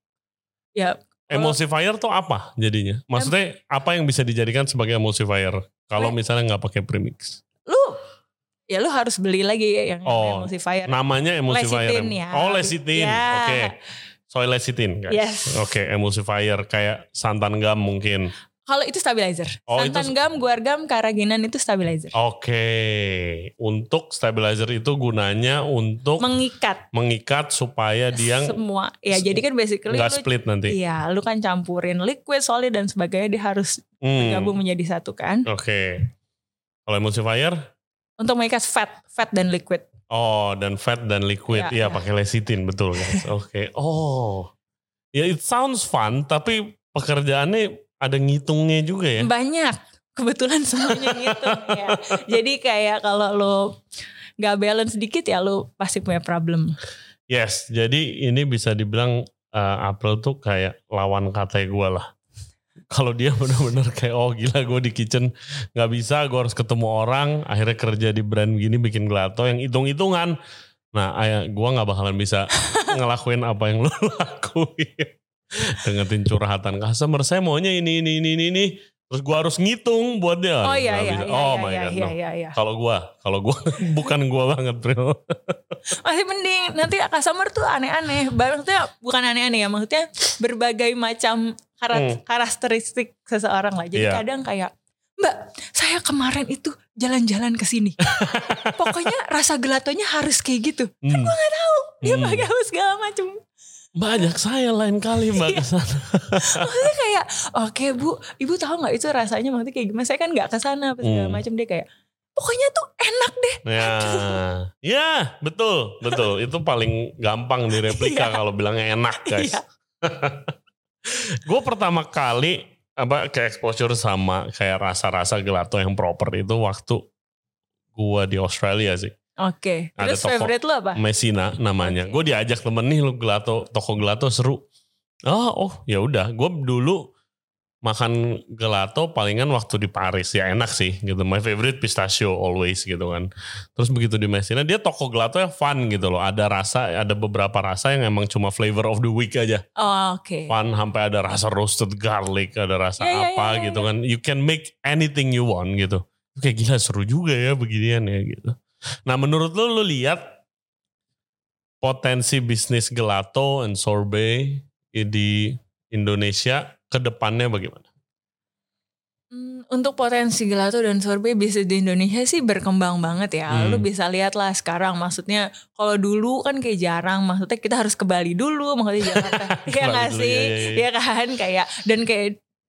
ya kalau- Emulsifier tuh apa jadinya? Maksudnya apa yang bisa dijadikan sebagai emulsifier? Kalau misalnya nggak pakai premix, lu ya lu harus beli lagi ya yang Oh, emulsifier namanya emulsifier. Lecithin ya. Oh lecitin, Ya. oke. Soy kan? lecitin, guys. Yes. Oke, emulsifier kayak santan gam mungkin. kalau itu stabilizer Oh, itu- santan gam guar gam karaginan itu stabilizer Oke, untuk stabilizer itu gunanya untuk mengikat mengikat supaya Oh. dia semua ya jadi kan basically nggak lu split nanti. Iya, lu kan campurin liquid, solid dan sebagainya dia harus Hmm, gabung menjadi satu kan. Oke. Kalau emulsifier, Untuk mengikat fat, fat dan liquid. oh dan fat dan liquid, iya Iya, iya. pakai lecitin betul guys. Oke. Oh, ya it sounds fun tapi pekerjaannya ada ngitungnya juga ya. Banyak. Kebetulan semuanya gitu ya. Jadi kayak kalau lu nggak balance dikit ya lu pasti punya problem. Yes, jadi ini bisa dibilang eh, April tuh kayak lawan kata gue lah. Kalau dia benar-benar kayak oh gila gue di kitchen nggak bisa, gue harus ketemu orang. Akhirnya kerja di brand gini bikin gelato yang hitung-hitungan. Nah, ayah gue nggak bakalan bisa ngelakuin apa yang lo lakuin. Dengerin curhatan customer saya maunya ini ini ini ini, ini. Terus gue harus ngitung buat dia. Oh iya Nggak iya bisa. iya. Oh iya, my iya, god. Iya no. iya iya. Kalau gue, kalau gue bukan gue banget bro. Masih mending nanti customer tuh aneh-aneh. Maksudnya bukan aneh-aneh ya, maksudnya berbagai macam karat- karakteristik seseorang lah. Jadi Hmm. Iya. kadang kayak Mbak, saya kemarin itu jalan-jalan ke sini. Pokoknya rasa gelatonya harus kayak gitu. Hmm. Dia Hmm. pakai apa segala macam. Banyak saya lain kali mbak kesana. Maksudnya kayak, oke bu, ibu tahu nggak itu rasanya maksudnya kayak gimana? Saya kan nggak ke sana apa segala Hmm. macam dia kayak. Pokoknya tuh enak deh. Ya, ya betul betul itu paling gampang direplika Iya. kalau bilangnya enak guys. Iya. Gue pertama kali apa ke exposure sama kayak rasa-rasa gelato yang proper itu waktu gue di Australia sih, Oke. Ada Terus toko. Hmm. favorite lu apa? Messina namanya. Oke. Gue diajak temen nih lu gelato toko gelato seru. Oh oh ya udah gue dulu makan gelato palingan waktu di Paris ya enak sih gitu my favorite pistachio always gitu kan terus begitu di Messina dia toko gelato yang fun gitu loh ada rasa ada beberapa rasa yang emang cuma flavor of the week aja Oh, oke. fun sampai ada rasa roasted garlic ada rasa Ya, ya, ya, apa ya, gitu kan you can make anything you want gitu kayak gila seru juga ya beginian ya gitu nah menurut lu lu lihat potensi bisnis gelato and sorbet di Indonesia ke depannya bagaimana Hmm, untuk potensi gelato dan sorbet bisnis di Indonesia sih berkembang banget ya. Hmm. Lu bisa lihat lah sekarang maksudnya kalau dulu kan kayak jarang maksudnya kita harus ke Bali dulu maksudnya Jakarta. Iya Bali nggak dulu, sih? ya, ya, ya. Iya kan kayak dan kayak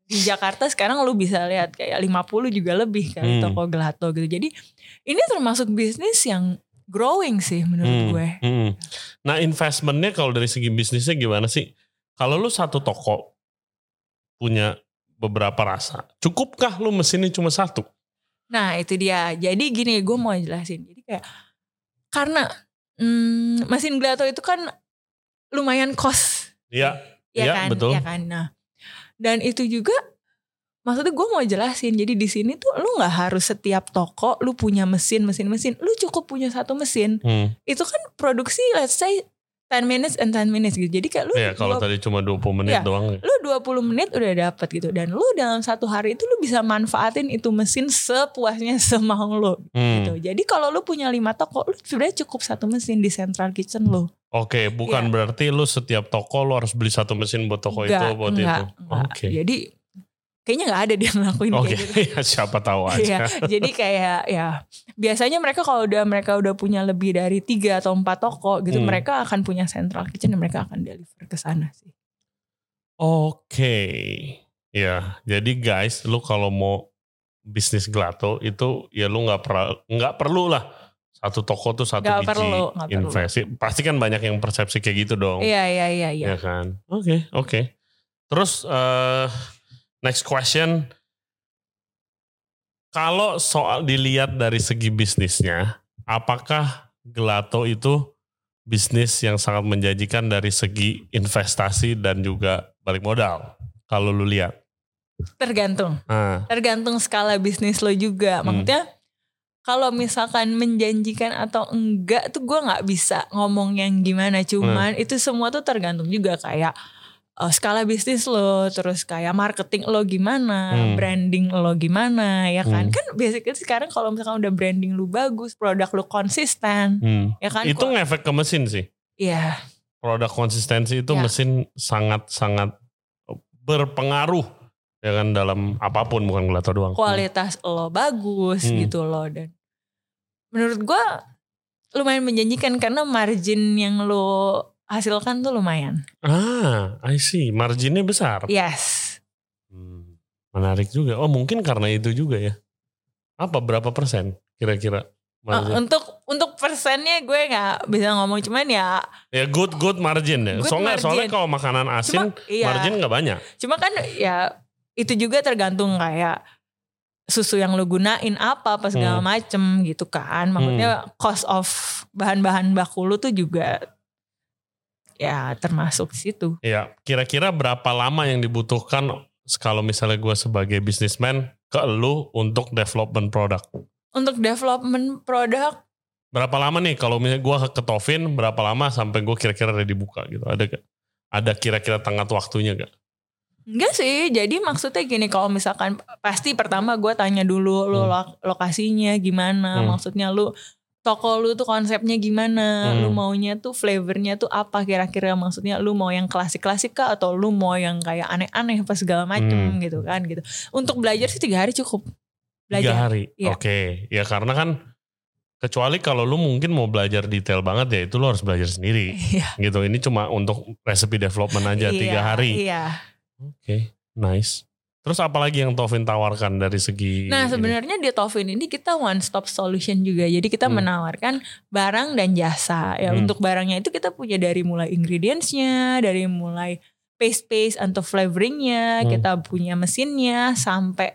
di Jakarta sekarang lu bisa lihat kayak 50 juga lebih kali Hmm. toko gelato gitu. Jadi ini termasuk bisnis yang growing sih menurut Hmm, gue. hmm. nah investmentnya kalau dari segi bisnisnya gimana sih kalau lu satu toko punya beberapa rasa cukupkah lu mesinnya cuma satu Nah itu dia. Jadi gini gue mau jelasin. Jadi kayak karena hmm, mesin gelato itu kan lumayan cost. Iya, ya Iya, kan? betul. Ya kan? Nah dan itu juga maksudnya gue mau jelasin. Jadi di sini tuh lu nggak harus setiap toko lu punya mesin mesin mesin. Lu cukup punya satu mesin. Hmm. Itu kan produksi let's say 10 minutes and 10 minutes gitu. Jadi kayak lu Iya kalau tadi cuma 20 menit Iya. doang. ya. lu 20 menit udah dapat gitu dan lu dalam satu hari itu lu bisa manfaatin itu mesin sepuasnya semau lu Hmm. gitu. Jadi kalau lu punya lima toko, lu sebenarnya cukup satu mesin di central kitchen lu. Oke, bukan berarti lu setiap toko lu harus beli satu mesin buat toko itu, Iya. Nggak, buat nggak, itu. nggak. Oke. Jadi kayaknya nggak ada dia ngelakuin Oke, kayak gitu. ya, siapa tahu Iya, aja. jadi kayak ya biasanya mereka kalau udah mereka udah punya lebih dari tiga atau empat toko gitu, Hmm. mereka akan punya central kitchen dan mereka akan deliver ke sana sih. Oke. Ya, jadi guys, lu kalau mau bisnis gelato itu ya lu nggak perlu nggak perlu lah satu toko tuh satu Nggak biji perlu, nggak perlu. investasi. Pasti kan banyak yang persepsi kayak gitu dong. Iya, iya, iya, iya. ya kan oke oke terus eh next question kalau soal dilihat dari segi bisnisnya apakah gelato itu bisnis yang sangat menjanjikan dari segi investasi dan juga balik modal. Kalau lu lihat. Tergantung. Ah, tergantung skala bisnis lo juga. Hmm. Maksudnya kalau misalkan menjanjikan atau enggak tuh gue nggak bisa ngomong yang gimana. Cuman itu semua tuh tergantung juga kayak eh, skala bisnis lo, terus kayak marketing lo gimana, Hmm. branding lo gimana, ya kan? Hmm. Kan basically sekarang kalau misalkan udah branding lu bagus, produk lu konsisten, hmm. ya kan? Itu Ko- ngefek ke mesin sih. Iya, Produk konsistensi itu Ya. mesin sangat-sangat berpengaruh ya kan dalam apapun bukan gelato doang. kualitas lo bagus Hmm. gitu lo dan menurut gue lumayan menjanjikan karena margin yang lo hasilkan tuh lumayan. Ah, I see. Marginnya besar. Iya. Yes. Hmm, menarik juga. Oh mungkin karena itu juga ya. Apa berapa persen kira-kira? Uh, margin? untuk untuk persennya gue nggak bisa ngomong cuman ya ya good good margin ya. Good soalnya soalnya margin. kalau makanan asin cuma iya margin nggak banyak. cuma kan ya itu juga tergantung kayak susu yang lo gunain apa apa segala Hmm. macem gitu kan maksudnya cost of bahan-bahan baku lo tuh juga ya termasuk situ Iya. Kira-kira berapa lama yang dibutuhkan kalau misalnya gue sebagai businessman ke lu untuk development product? untuk development produk Berapa lama nih kalau misalnya gue ke Tovin berapa lama sampai gue kira-kira udah dibuka gitu? Ada gak? Ada kira-kira tengah waktunya gak? Enggak sih, jadi maksudnya gini kalau misalkan pasti pertama gue tanya dulu lo Hmm. lo- lokasinya gimana, Hmm. maksudnya lu toko lu tuh konsepnya gimana, Hmm. lu maunya tuh flavornya tuh apa kira-kira, maksudnya lu mau yang klasik-klasik kah atau lu mau yang kayak aneh-aneh apa segala macem Hmm. gitu kan gitu. Untuk belajar sih tiga hari cukup Tiga belajar. hari. Iya. Oke, ya karena kan kecuali kalau lu mungkin mau belajar detail banget ya itu lu harus belajar sendiri Iya. gitu. Ini cuma untuk recipe development aja tiga iya, hari. Iya. Oke, nice. Terus apalagi yang Tovin tawarkan dari segi Nah ini? sebenarnya di Tovin ini kita one stop solution juga. Jadi kita Hmm. menawarkan barang dan jasa. Ya Hmm. untuk barangnya itu kita punya dari mulai ingredientsnya, dari mulai paste paste atau flavoringnya, Hmm. kita punya mesinnya sampai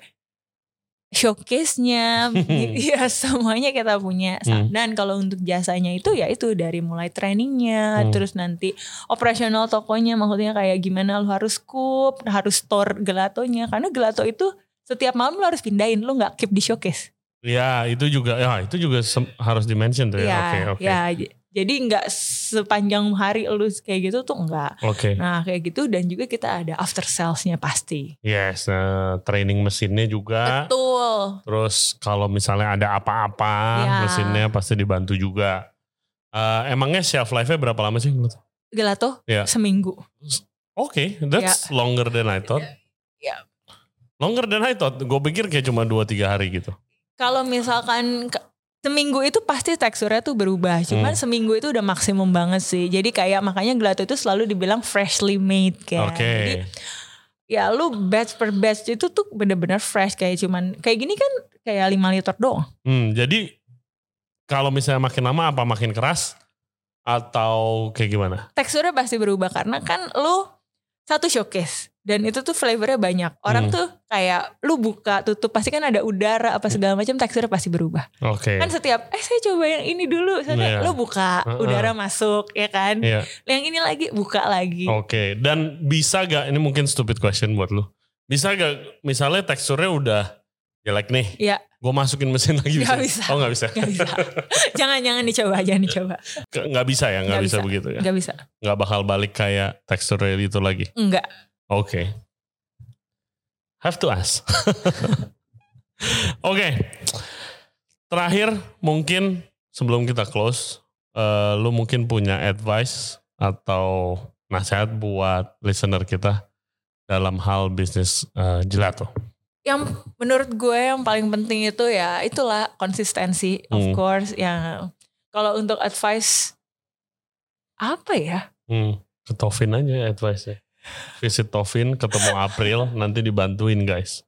showcase-nya, ya semuanya kita punya. Hmm. Dan kalau untuk jasanya itu ya itu dari mulai trainingnya, Hmm. terus nanti operasional tokonya, maksudnya kayak gimana lu harus scoop, harus store gelatonya, karena gelato itu setiap malam lo harus pindahin lo nggak keep di showcase ya itu juga ya itu juga sem- harus dimention tuh ya. Oke, ya oke. ya j- jadi nggak sepanjang hari lo kayak gitu tuh enggak Oke. nah kayak gitu dan juga kita ada after salesnya pasti Yes, nah, training mesinnya juga. betul Terus kalau misalnya ada apa-apa Ya. mesinnya pasti dibantu juga. Eh, emangnya shelf life-nya berapa lama sih? menurut gelato Ya. seminggu Oke, that's longer than I thought. Ya. Longer than I thought. Gue pikir kayak cuma 2-3 hari gitu. kalau misalkan ke- seminggu itu pasti teksturnya tuh berubah Hmm. cuman seminggu itu udah maksimum banget sih jadi kayak makanya gelato itu selalu dibilang freshly made kayak Oke. Jadi, ya lu batch per batch itu tuh bener-bener fresh kayak cuman kayak gini kan kayak 5 liter doang Hmm, jadi kalau misalnya makin lama apa makin keras atau kayak gimana? teksturnya pasti berubah karena kan lu satu showcase dan itu tuh flavornya banyak. Orang Hmm. tuh kayak lu buka tutup pasti kan ada udara apa segala macam teksturnya pasti berubah. Oke. Kan setiap eh saya coba yang ini dulu, saya Iya. lu buka Heeh. udara masuk ya kan. Iya. Oh. Yang ini lagi buka lagi. Oke. Dan bisa gak ini mungkin stupid question buat lu. Bisa gak misalnya teksturnya udah jelek nih. Iya. Gue masukin mesin lagi Nggak bisa. Oh nggak bisa. Gak bisa. jangan-jangan dicoba, jangan dicoba. Ke- Nggak bisa ya, nggak Nggak bisa, bisa. begitu ya. Gak bisa. Nggak bakal balik kayak teksturnya itu lagi. Enggak. Oke. Have to ask. Oke. Terakhir mungkin sebelum kita close, eh, lu mungkin punya advice atau nasihat buat listener kita dalam hal bisnis eh, gelato. Yang menurut gue yang paling penting itu ya itulah konsistensi of Hmm. course yang kalau untuk advice apa ya? Hmm, ke Tovin aja advice-nya. Visit Tovin, ketemu April, nanti dibantuin guys.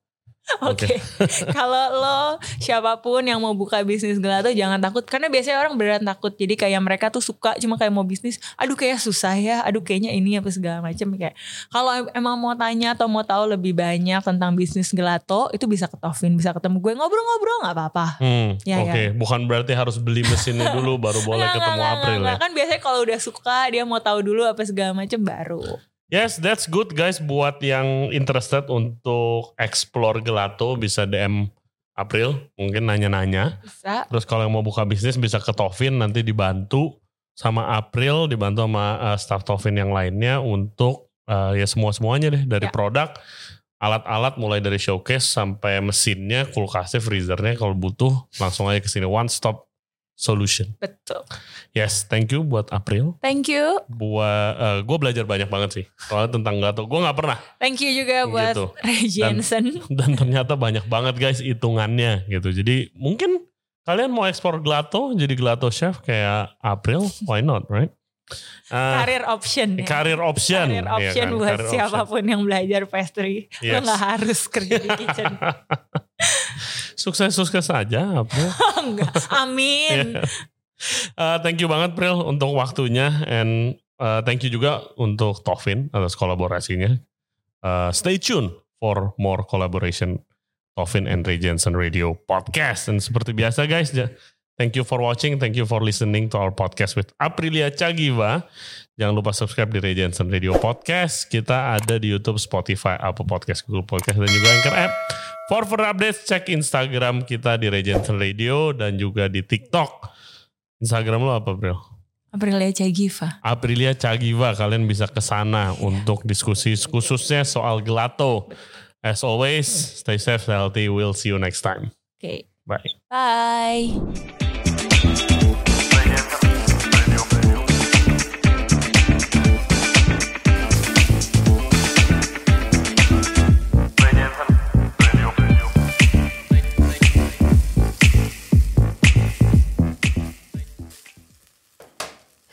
Oke. Kalau lo siapapun yang mau buka bisnis gelato jangan takut karena biasanya orang beneran takut. Jadi kayak mereka tuh suka cuma kayak mau bisnis, aduh kayak susah ya, aduh kayaknya ini apa segala macam kayak. Kalau em- emang mau tanya atau mau tahu lebih banyak tentang bisnis gelato itu bisa ke Tovin, bisa ketemu gue ngobrol-ngobrol nggak apa-apa. Hmm, Ya, Oke, bukan berarti harus beli mesinnya dulu baru boleh Nggak, ketemu nggak, nggak, April ya. nggak. Kan biasanya kalau udah suka dia mau tahu dulu apa segala macam baru. Yes, that's good guys buat yang interested untuk explore gelato bisa DM April, mungkin nanya-nanya. Bisa. Terus kalau yang mau buka bisnis bisa ke Tovin nanti dibantu sama April, dibantu sama uh, staff Tovin yang lainnya untuk uh, ya semua-semuanya deh dari Ya. produk alat-alat mulai dari showcase sampai mesinnya, kulkasnya, freezernya kalau butuh langsung aja ke sini one stop solution. Betul. Yes, thank you buat April. Thank you. Buat gue belajar banyak banget sih soal tentang gato. Gue nggak pernah Thank you juga buat Gitu. Ray Jensen. dan ternyata banyak banget guys hitungannya gitu. Jadi mungkin kalian mau ekspor gelato jadi gelato chef kayak April, why not, right? Eh, Karir option. ya. Karir option, Karir iya option kan? buat Karir option. siapapun yang belajar pastry. Lo Yes. gak harus kerja di kitchen. Sukses-sukses aja April. Enggak. Oh, Iya. Amin. Eh, thank you banget Pril untuk waktunya and eh, thank you juga untuk Tovin atas kolaborasinya. Eh, stay tuned for more collaboration Tovin and Ray Jensen Radio Podcast. Dan seperti biasa guys, ja- thank you for watching, thank you for listening to our podcast with Aprilia Cagiva. Jangan lupa subscribe di Ray Jensen Radio Podcast. Kita ada di YouTube, Spotify, Apple Podcast, Google Podcast, dan juga Anchor App. For further updates, cek Instagram kita di Ray Jensen Radio dan juga di TikTok. Instagram lo apa bro? Aprilia Cagiva. Aprilia Cagiva kalian bisa ke sana untuk diskusi khususnya soal gelato. As always, stay safe, stay healthy. We'll see you next time. Oke. Bye. Bye.